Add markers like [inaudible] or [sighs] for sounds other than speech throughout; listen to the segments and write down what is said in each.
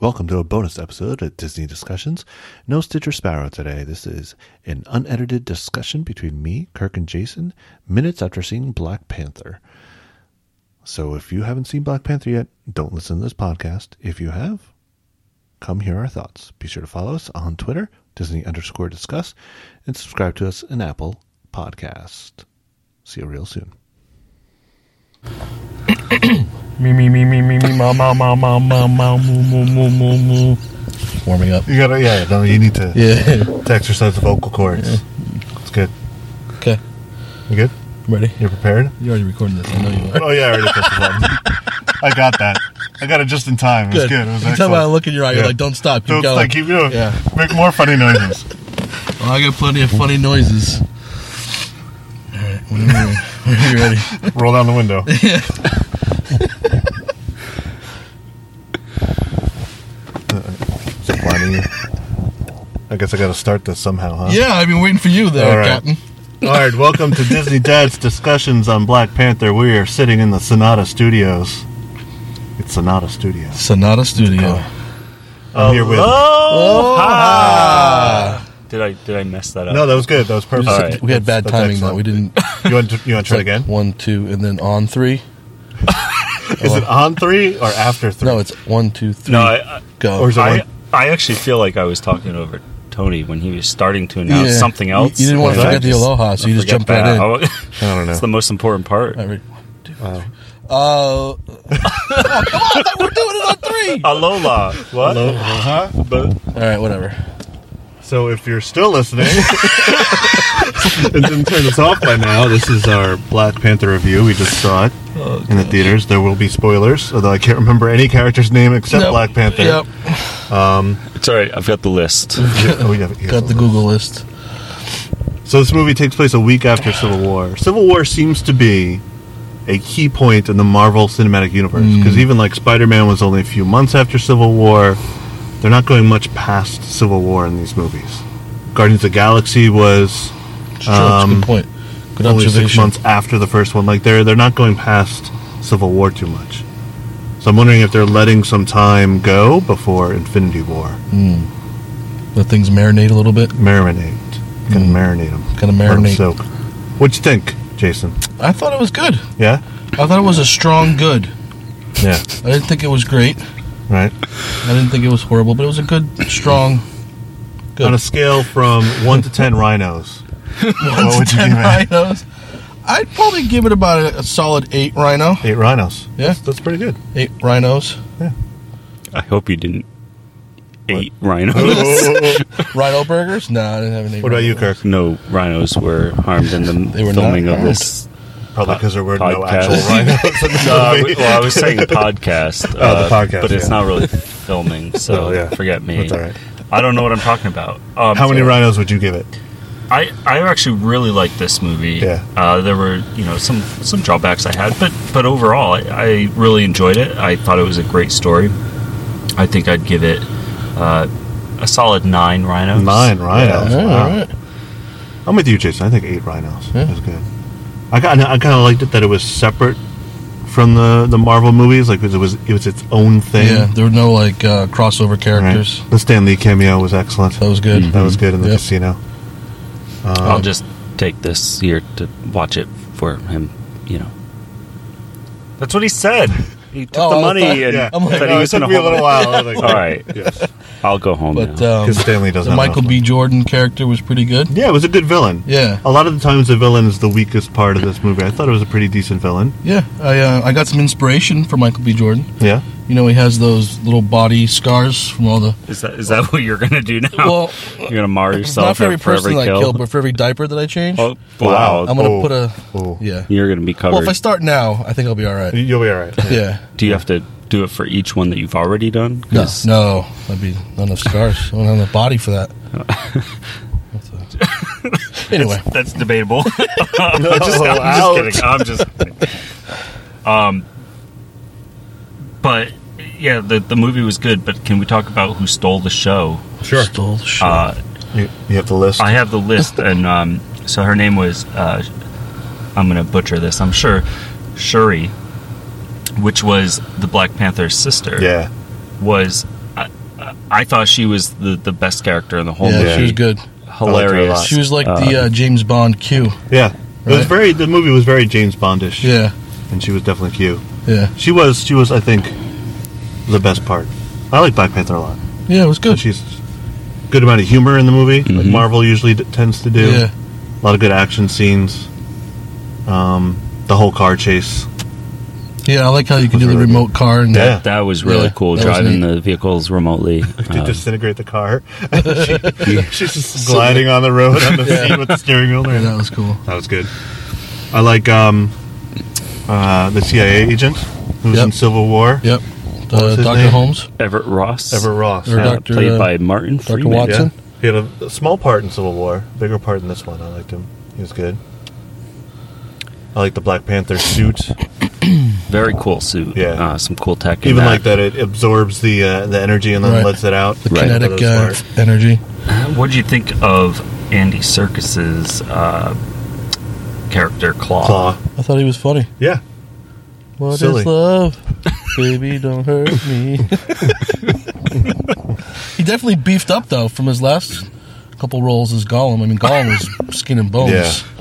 Welcome to a bonus episode of Disney Discussions. No Stitcher Sparrow today. This is an unedited discussion between me, Kirk, and Jason minutes after seeing Black Panther. So if you haven't seen Black Panther yet, don't listen to this podcast. If you have, come hear our thoughts. Be sure to follow us on Twitter, Disney underscore discuss, and subscribe to us in Apple Podcast. See you real soon. Me me me me me me ma ma ma ma ma ma moo moo moo moo moo. warming up. You gotta, yeah, no, you need to, Yeah. to exercise the vocal cords. It's good. okay. You good? Ready? You're prepared? You're already recording this. I know you are. Oh yeah, I already pressed the button. I got that. I got it just in time. It was good. It was you can tell excellent. by the look in your eye, you're Yeah. like, don't stop. Keep Don't going. like, keep doing. Yeah. Make more [laughs] funny noises. Oh, I got plenty of funny noises. All right. Whenever you're, whenever you're [laughs] ready. Roll down the window. Is it blinding you? I guess I got to start this somehow, huh? Yeah, I've been waiting for you there, All right. Captain. All right, welcome to Disney Dad's discussions on Black Panther. We are sitting in the Sonata Studios. It's Sonata Studios. Sonata Oh, Studio. I'm here with. Did I did I mess that up? No, that was good. That was perfect. All right. We had bad That's- timing, that's though. excellent. We didn't. You want to, you want to try it again? One, two, and then on three. Is it on three or after three? No, it's one, two, three. No, I I, go. Or is it I, one? I actually feel like I was talking over Tony when he was starting to announce Yeah. something You- else. you didn't wanna And I forget the just- aloha, so I you just forget jumped right that. in. I wa- I don't know. It's the most important part. All right, one, two, three. Oh. Uh, we're doing it on three. Alola. What? Uh-huh. But All right, whatever. So if you're still listening [laughs] and didn't turn this off by now, this is our Black Panther review. We just saw it in the theaters. There will be spoilers, although I can't remember any character's name except Nope. Black Panther. Yep. it's all right. I've got the list. Oh, yeah, yeah. Got the Google list. So this movie takes place a [sighs] week after Civil War. Civil War seems to be a key point in the Marvel Cinematic Universe because Hmm. even like Spider-Man was only a few months after Civil War. They're not going much past Civil War in these movies. Guardians of the Galaxy It's was true. It's a Um, good point. Good only observation. six months after the first one. Like they're they're not going past Civil War too much. So I'm wondering if they're letting some time go before Infinity War Let things marinate a little bit. marinate. Can marinate them. Kinda Hmm. marinate. Soak. What'd you think, Jason? I thought it was good. [sighs] Yeah. I thought it was a strong good. Yeah. I didn't think it was great. Right. I didn't think it was horrible, but it was a good, strong. Good. On a scale from one to ten [laughs] rhinos, what would you ten give it? rhinos. I'd probably give it about a, a solid eight rhino. Eight rhinos. Yeah. that's, that's [laughs] pretty good. Eight rhinos. [laughs] I hope you didn't eat rhinos. what Rhino burgers? No, I didn't have any. about you, rhino [laughs] Kirk? No rhinos were harmed in the [laughs] They were not filming of harmed. this Probably because there were no Podcast. [laughs] actual rhinos in No, I the w- movie. well, I was [laughs] saying podcast. uh, Oh, the podcast, But it's yeah. not really filming, so Oh, yeah. forget me. That's all right. I don't know what I'm talking about. Um, How many so rhinos would you give it? I, I actually really liked this movie. Yeah. Uh, there were you know some some drawbacks I had, but but overall I, I really enjoyed it. I thought it was a great story. I think I'd give it uh, a solid nine rhinos. Nine rhinos. burgers. Yeah, wow. all right. I'm with you, Jason. I think eight rhinos Yeah. is good. I kind I kind of liked it that it was separate from the the Marvel movies. Like it was it was its own thing. Yeah, there were no like uh, crossover Right. characters. The Stan Lee cameo was excellent. That was good. That was good in the Yep. casino. I'll just take this year to watch it for him. You know. That's what he said. He took Oh, the I money thought- and yeah. I'm like- said No, he oh, it was took gonna me a hold little it. [laughs] while. I was like, All right, I'll go home But now. um, Because Stanley doesn't. the have Michael enough B. Jordan character was pretty good. Yeah, it was a good villain. Yeah, A lot of the times, the villain is the weakest part of this movie. I thought it was a pretty decent villain. yeah. I uh, I got some inspiration from Michael B. Jordan. Yeah, You know, he has those little body scars from all the. is that is that what you're gonna do now? Well, you're gonna mar yourself not for every person that kill. I killed, but for every diaper that I change, oh, Wow. wow, I'm gonna oh, put a. oh. Yeah. you're gonna be covered. Well, if I start now, I think I'll be all right. you'll be all right. Yeah. do you have to do it for each one that you've already done? No, 'Cause- no, I'd be not enough scars. I don't have enough body for [laughs] that. That's a- anyway, that's [laughs] debatable. [laughs] I'm, just, ouch. I'm just kidding. I'm just. Kidding. Um, but yeah, the the movie was good. But can we talk about who stole the show? Sure. stole the show. Uh, You, you have the list. I have the list, and um, so her name was. Uh, I'm going to butcher this. I'm sure, Shuri, which was the Black Panther's sister, yeah, was. I, I thought she was the, the best character in the whole yeah, movie. she was good. I Hilarious. liked She was like the uh, James Bond Q. Yeah. It was Right. very. The movie was very James Bondish. Yeah, and she was definitely cute. yeah, She was. She was. I think the best part. I like Black Panther a lot. yeah. It was good. She's good amount of humor in the movie, like Mhm. Marvel usually d- tends to do. Yeah, A lot of good action scenes. Um, the whole car chase. yeah. I like how you can do the Really good. remote car and Yeah. yeah, That was really Yeah, cool that was driving the vehicles remotely. To Um, Uh, disintegrate the car. [laughs] she, she's just gliding on the road on the seat with the steering wheel. that was cool. That was good. I like um, uh, the CIA agent who was Yep. in Civil War. Yep. What was Uh, his Doctor name? Holmes, Um, Everett Ross, Everett Ross. Or uh, yeah. Dr., played uh, by Martin Doctor Freeman. Yeah. Watson. He had a, a small part in Civil War, bigger part in this one. I liked him. He was good. I like the Black Panther suit. Very cool suit. Yeah. Uh, some cool tech. in Even like that, it absorbs the uh, the energy and then Right. lets it out. the Right. kinetic That uh, was smart. energy. What do you think of Andy Circus's uh, character Claw? claw. I thought he was funny. Yeah, What is Silly. [laughs] love? Baby, don't hurt me. he definitely beefed up though from his last couple roles as Gollum. I mean, Gollum was skin and bones.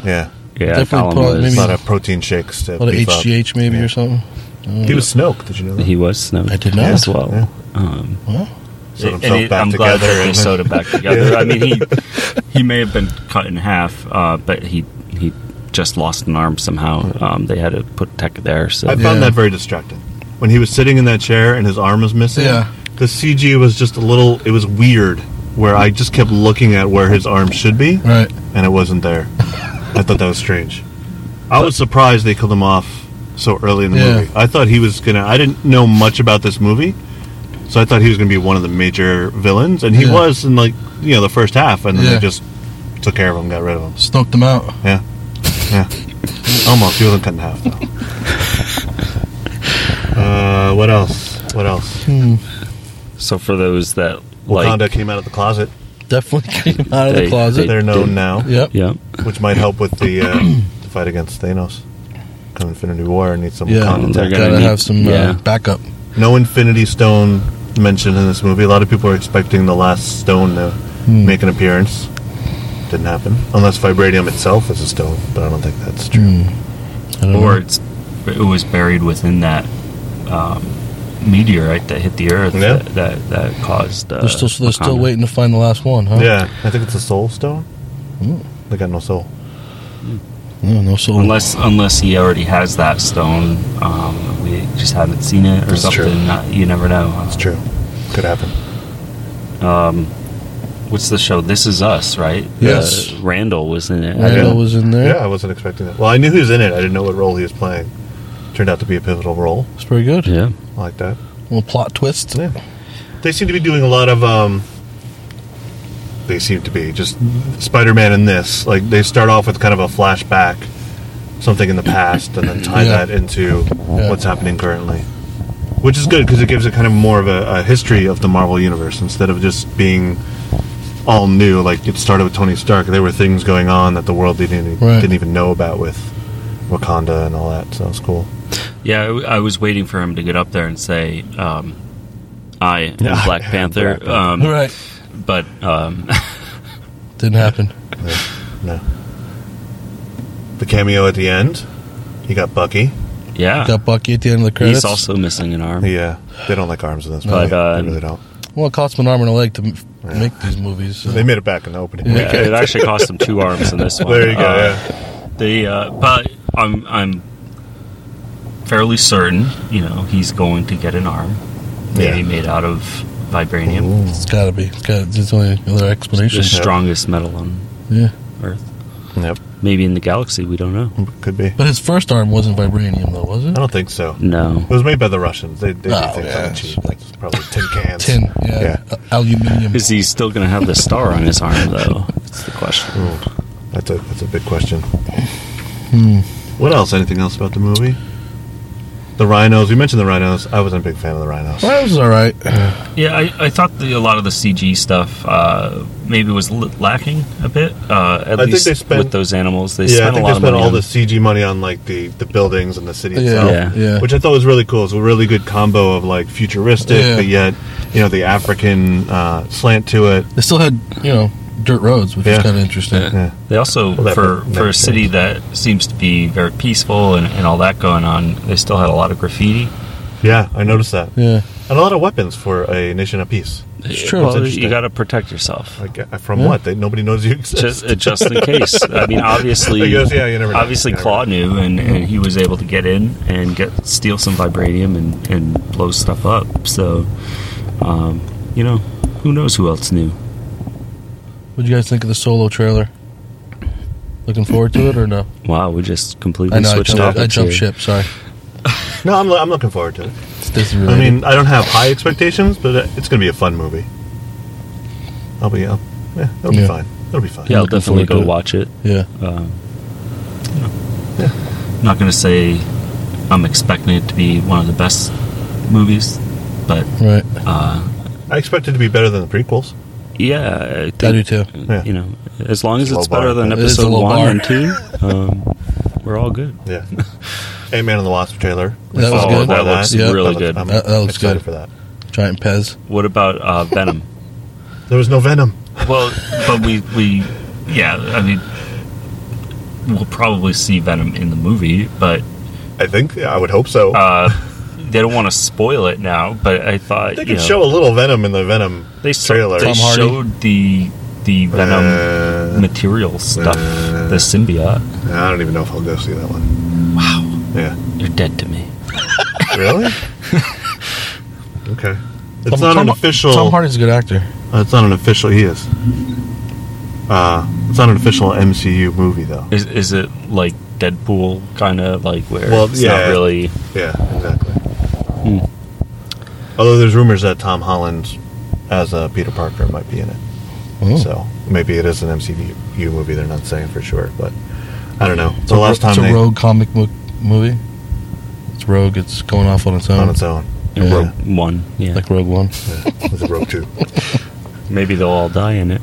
yeah, yeah. Yeah, Definitely Gollum put- was- A maybe- lot of protein shakes to A lot of beef up. HGH maybe Yeah. or something. He was Snoke. Did you know that? he was Snow. I did not. as well. Yeah. Um, Well, Set And himself it- back I'm glad together. that they and- sewed him back together. I mean, he he may have been cut in half, uh, but he he just lost an arm somehow. Um, they had to put tech there. So [laughs] I found Yeah. that very distracting. When he was sitting in that chair and his arm was missing, Yeah. the CG was just a little. It was weird. Where I just kept looking at where his arm should be, right. and it wasn't there. I thought that was strange. I was surprised they killed him off so early in the Yeah. movie. I thought he was gonna. I didn't know much about this movie, so I thought he was gonna be one of the major villains, and he Yeah. was in like you know the first half, and then they Yeah. just took care of him, got rid of him. Snoked him out. Yeah, yeah. Almost. He wasn't cut in half though. uh, what else? What else? so for those that Wakanda like, came out of the closet. Definitely came out of They- the closet. they- They're known didn't- now, yep. yeah, which might help with the, uh, the fight against Thanos. Come Infinity War, I need some Yeah. Wakanda They're tech. gonna Gotta need- have some yeah. uh, backup. No Infinity Stone mentioned in this movie. A lot of people are expecting the last stone to make an appearance. Didn't happen. Unless Vibranium itself is a stone, but I don't think that's true. I don't or know. it's it was buried within that um, meteorite that hit the earth Yeah. that, that that caused. Uh, they're still so they're still Wakanda. waiting to find the last one, huh? Yeah, I think it's a soul stone. They got no soul. No, no soul. Unless, unless he already has that stone, um, we just haven't seen it or That's something. true. Uh, you never know. Um, It's true. Could happen. What's the show? This is Us, right? Yes. Uh, Randall was in it. Randall Yeah. was in there. Yeah, I wasn't expecting that. Well, I knew he was in it. I didn't know what role he was playing. Turned out to be a pivotal role. It's pretty good. yeah, I like that. Little plot twist. Yeah. They seem to be doing a lot of. Um, they seem to be just Spider-Man in this. Like they start off with kind of a flashback, something in the past, [clears throat] and then tie Yeah. that into Yeah. what's happening currently, which is good because it gives it kind of more of a, a history of the Marvel universe instead of just being all new. Like it started with Tony Stark. There were things going on that the world didn't Right. didn't even know about with Wakanda and all that. So it's cool. Yeah, I, w- I was waiting for him to get up there and say, um, "I am Yeah, Black [laughs] I am Panther," Black Panther. um, Right. but um, Didn't happen. No. The cameo at the end. He got Bucky. yeah, Got Bucky at the end of the credits. Uh, he's also missing an arm. Yeah, they don't like arms in this But, movie. uh, they really don't. Well, it costs him an arm and a leg to m- make these movies. so- They made it back in the opening. Oh. Yeah, it actually cost him two arms in [laughs] this one. There you go. Uh, yeah. They, uh, but I'm I'm fairly certain, you know, he's going to get an arm, maybe Yeah. made out of vibranium, Ooh. it's gotta be. It's got There's only other explanation. the strongest metal on Yeah. Earth, Yep, maybe in the galaxy we don't know. could be. But his first arm wasn't vibranium, though, was I it? don't think so. No, It was made by the Russians. They they Oh, do things yeah. on the cheap, like it's probably [laughs] tin cans. Tin. Yeah. Yeah. Uh, aluminium. is he still going to have the star on his arm [laughs] though? That's the question. Ooh, that's a that's a big question. Hmm. What else? Anything else about the movie? The rhinos. We mentioned the rhinos. I wasn't a big fan of the rhinos. Well, it was all right. Yeah, I, I thought the, a lot of the CG stuff uh, maybe was l- lacking a bit. Uh, at I think least they spent- with those animals, they yeah, I spent a think lot they of spent money. all on- the CG money on like the, the buildings and the city Yeah. itself, Yeah. which I thought was really cool. It's a really good combo of like futuristic, Yeah. but yet you know, the African uh, slant to it. They still had, you know, dirt roads, which Yeah. is kind of interesting. Yeah. Yeah. They also, Well, that for, would for never a city that seems to be very peaceful and, and all that going on, they still had a lot of graffiti. Yeah, I noticed that. Yeah. And a lot of weapons for a nation of peace. It's true. Well, It's you got to protect yourself. Like, uh, from Yeah. what? That nobody knows you exist. Just, uh, just in [laughs] case. I mean, obviously, I guess, yeah, you never know. obviously, You never Claw knew, and, and he was able to get in and get steal some vibranium and, and blow stuff up. So, um, you know, who knows who else knew? What do you guys think of the solo trailer? Looking forward to it or no? Wow, we just completely I know I switched jumped, I topics jumped here. ship. Sorry, no, I'm, I'm looking forward to it. it's Disney I related. mean, I don't have high expectations, but uh, it's going to be a fun movie. I'll be, I'll, yeah, it'll be Yeah. fine. It'll be fine. Yeah, I'll Looking definitely forward to go it. watch it. yeah, Um, Not going to say I'm expecting it to be one of the best movies, but right. uh, I expect it to be better than the prequels. yeah, I I think, do too. Yeah. you know, as long as It's a it's low better bar. than It is a episode low one bar. and two, um, we're all good. [laughs] Yeah. a Man in the Wasp trailer. That was Oh, good. That looks Yeah. really looks- good. I'm That- that looks excited good. for that. Giant Pez. What about uh, Venom? There was no Venom. [laughs] well, but we we yeah, I mean, we'll probably see Venom in the movie, but I think. I would hope so. uh, they don't want to spoil it now. But I thought they you could know, show a little Venom in the Venom they so- trailer. they Tom Hardy. showed the the Venom. Uh, material stuff, Uh, the symbiote. I don't even know if I'll go see that one. Wow, Yeah. you're dead to me. [laughs] Really? okay. It's Tom- not Tom- an official. Tom Hardy's a good actor. Uh, it's not an official. He is. Uh, it's not an official MCU movie though. Is is it like Deadpool kind of like where Well, it's yeah. not really? Yeah, exactly. Hmm. Although there's rumors that Tom Holland as uh, Peter Parker might be in it. Oh. So maybe it is an MCU movie. They're not saying for sure, but I don't know. a the ro- last time it's they a rogue comic book movie. It's rogue. It's going off on its own, on its own. in Yeah. Rogue One, yeah. like Rogue One. Yeah, it was a Rogue Two. Maybe they'll all die in it.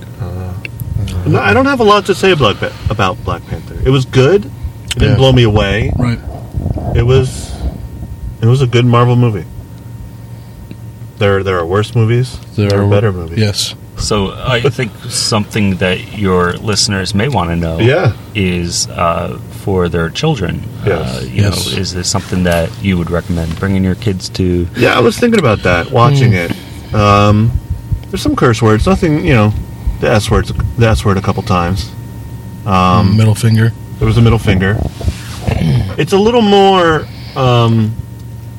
No, I don't have a lot to say Black Pa- about Black Panther. It was good. It didn't Yeah. blow me away. Right. It was it was a good Marvel movie. There there are worse movies. There, are better movies. Yes. So I think something that your listeners may want to know Yeah. is uh, for their children. Yes. Uh, you Yes. know, is this something that you would recommend bringing your kids to? Yeah, I was thinking about that watching it. Um, there's some curse words. Nothing, you know, the S words, the S word a couple times. Um, Middle finger. there was a middle finger. It's a little more um,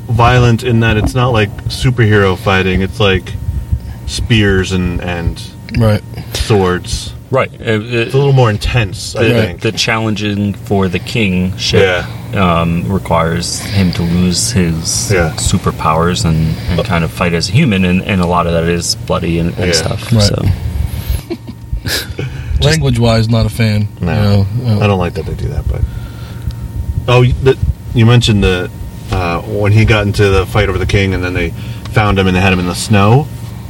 violent in that it's not like superhero fighting. It's like spears and and Right. swords. Right. Uh, It's a little more intense. I the, think. the challenging for the king ship um, requires him to lose his Yeah. superpowers and, and kind of fight as a human, and, and a lot of that is bloody and, and Yeah. stuff. Right. So Language wise, not a fan. No, You know, uh, I don't like that they do that. But oh, you- the, you mentioned the uh, when he got into the fight over the king, and then they found him and they had him in the snow.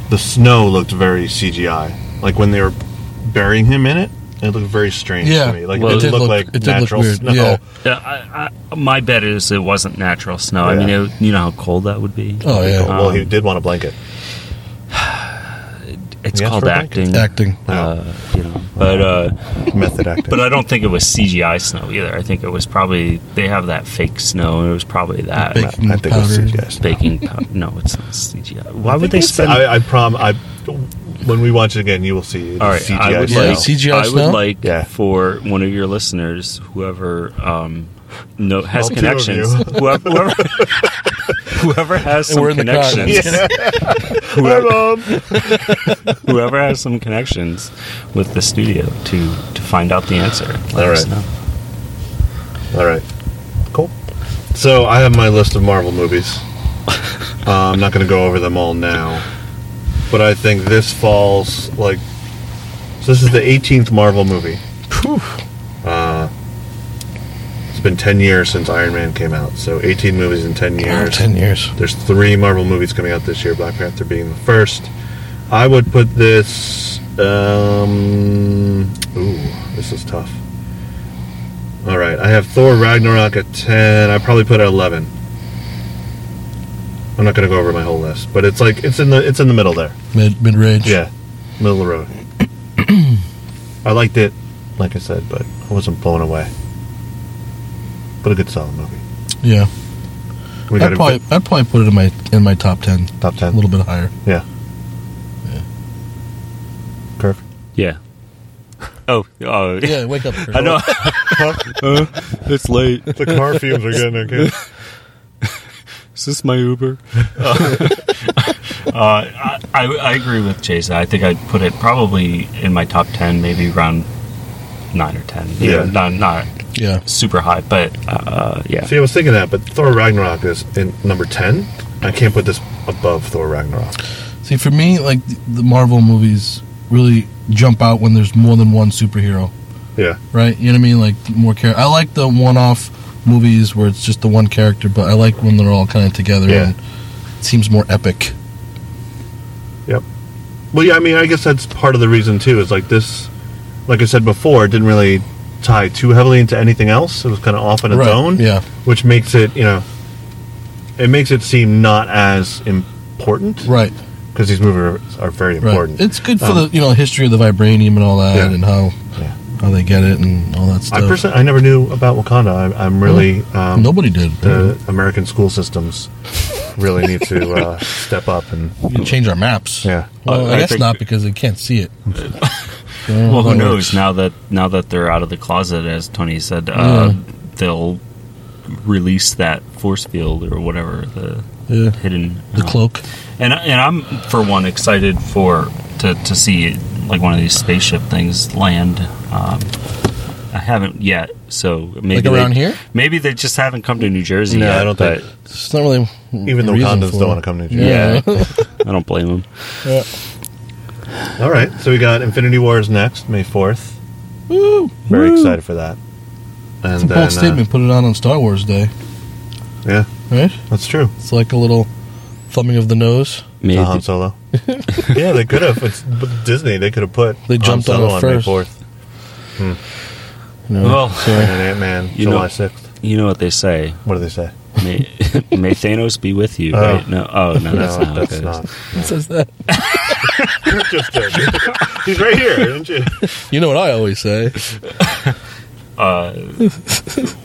The snow looked very CGI, like when they were burying him in it. It looked very strange Yeah. to me. Like Well, it it didn't did look, look- like it did look natural weird, snow. yeah. yeah, I, I, my bet is it wasn't natural snow. I Yeah. mean, it, you know how cold that would be. Oh yeah. Well, he Um, did want a blanket. it's Yeah, called for acting. blanket. Acting. Uh, you know, but uh, Method acting. but I don't think it was CGI snow either. I think it was probably they have that fake snow, and it was probably that Big- I think it was powder. CGI. baking. Powder. No, it's not CGI. Why would they It's- spend? I, I prom. I when we watch it again, you will see. it All right, is I would snow. Yeah, like, CGI I would snow? like Yeah. for one of your listeners, whoever um, no has All two of connections, you. [laughs] whoever, whoever, whoever has some We're in the car. connections, [laughs] Hi, whoever, Mom. whoever has some connections with the studio to to find out the answer. Let All us right. know. All right. Cool. So I have my list of Marvel movies. uh, I'm not going to go over them all now, but I think this falls like. So this is the 18th Marvel movie. Uh, it's been 10 years since Iron Man came out, so 18 movies in 10 Oh, years. Ten years. There's three Marvel movies coming out this year, Black Panther being the first. I would put this. Um, ooh, this is tough. All right, I have Thor Ragnarok at 10. I probably put it at 11. I'm not going to go over my whole list, but it's like it's in the it's in the middle there. Mid mid range. Yeah, middle of the road. I liked it, like I said, but I wasn't blown away. But a good solid movie. Yeah. We I'd gotta- probably I'd probably put it in my in my top ten. Top A 10. little bit [laughs] higher. Yeah. Yeah. Kirk. Yeah. Oh, oh. Yeah, wake up. I [laughs] know. it's late. The car fumes are getting okay. Is this my Uber? I, I, I agree with Jason. I think I'd put it probably in my top 10, maybe around 9 or 10. You Yeah. know, Not, not Yeah. super high, but uh, yeah. See, I was thinking that, but Thor Ragnarok is in number ten. I can't put this above Thor Ragnarok. See, for me, like th- the Marvel movies really jump out when there's more than one superhero, Yeah. right? You know what I mean? Like more character. I like the one-off movies where it's just the one character, but I like when they're all kind of together Yeah. and it seems more epic. Yep. Well, yeah, I mean, I guess that's part of the reason too. Is like this, like I said before, it didn't really tie too heavily into anything else. It was kind of off on its right? own, Yeah. which makes it, you know, it makes it seem not as important Right. because these movies are very Right. important. It's good for Um, the you know history of the vibranium and all that Yeah. and how Yeah. how they get it and all that I stuff. person I never knew about Wakanda. I'm, Uh-huh. I'm really um, Nobody did. the American school systems really need to [laughs] uh, step up and We can change our maps. yeah. Well, Uh, I, I guess think- not because they can't see it. [laughs] Well, who knows? Now that now that they're out of the closet, as Tony said, uh, they'll release that force field or whatever the [laughs] Yeah. hidden uh, The cloak. And I- and I'm for one excited for to to see like one of these spaceship things land. Um, I haven't yet, so maybe Like they- around here? Maybe they just haven't come to New Jersey. No, yet, I don't think. It's not really Even the Wakandans don't want to come to New [laughs] Jersey. Yeah. I don't blame him. Yeah. All right, so we got Infinity Wars next, May fourth. Woo! Very Woo! excited for that. And It's a bold then, uh, statement. Put it on on Star Wars Day, yeah, right? that's true. It's like a little thumbing of the nose. To Maybe. Han Solo. [laughs] yeah, they could have. It's but Disney. They could have put They jumped Han on Solo it on May first. fourth No, Well, and sorry. Ant Man You know- July sixth. You know what they say. What do they say? [laughs] May, may Thanos be with you, Oh. right? No. Oh, no, that's not. that's okay. [laughs] not. [laughs] It says that. Just kidding. [laughs] He's right here, isn't [laughs] you? You know what I always say? Uh,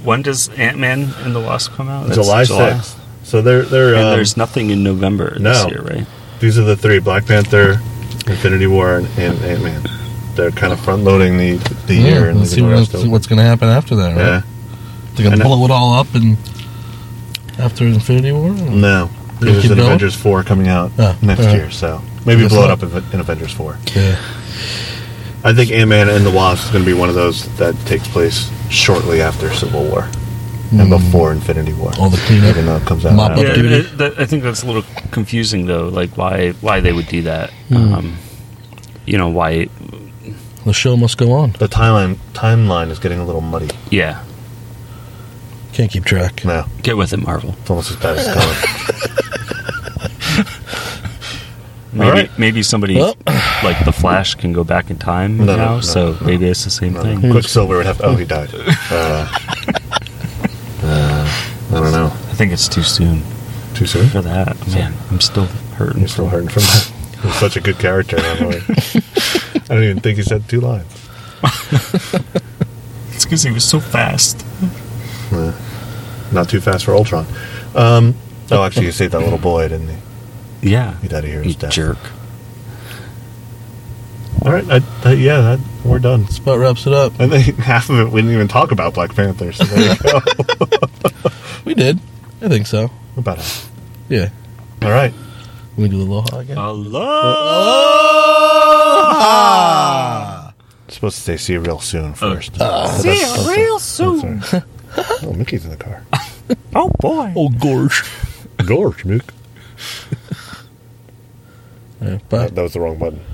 When does Ant Man and the Wasp come out? That's July sixth. So they're they're And um, there's nothing in November no. this year, right? These are the three: Black Panther, Infinity War, and, and Ant Man. They're kind of front loading the the year Yeah, and let's see leaving the what, rest see open. what's going to happen after that. Right? Yeah, They're going And to I- blow it all up and after Infinity War. no. They There's keep an going? Avengers four coming out Oh, next alright. year, so maybe Guess blow it not. up in, in Avengers four. Yeah. I think Ant Man and the Wasp is going to be one of those that takes place shortly after Civil War Hmm. and before Infinity War. All the cleanup. even though it comes out. Mop now. up. Yeah, Duty. it- that- I think that's a little confusing though. Like why why they would do that? Um, you know why? The show must go on. The timeline timeline is getting a little muddy Yeah, Can't keep track. now. Get with it, Marvel. It's almost as bad as [laughs] Colin. maybe All right. maybe somebody Well. like the Flash can go back in time No, no, now. no, so no. maybe it's the same No, thing. no. Quicksilver would have. Oh, he died. Uh, uh, I don't know. I think it's too soon Too soon. for that. Man, I'm still hurting. [laughs] You're still hurting from that. He's such a good character. I'm [laughs] like, I don't even think he said two lines. It's because he was so fast. Uh, not too fast for Ultron. Um, oh, actually, you saved that little boy, didn't he? Yeah, He died a hero's You death. jerk. All right. I, I, yeah, that, we're done. That's about wraps it up. I think half of it we didn't even talk about Black Panther. So there you go. We did. I think so. [laughs] about half. Yeah. All right. Can we do the aloha again? Hello. supposed to say Oh. see you real soon first. See you real Oh, soon. sorry. oh, Mickey's in the [laughs] car. Oh boy. oh, [laughs] gorge. Gorge, Mick. Yeah, bye. That was the wrong button.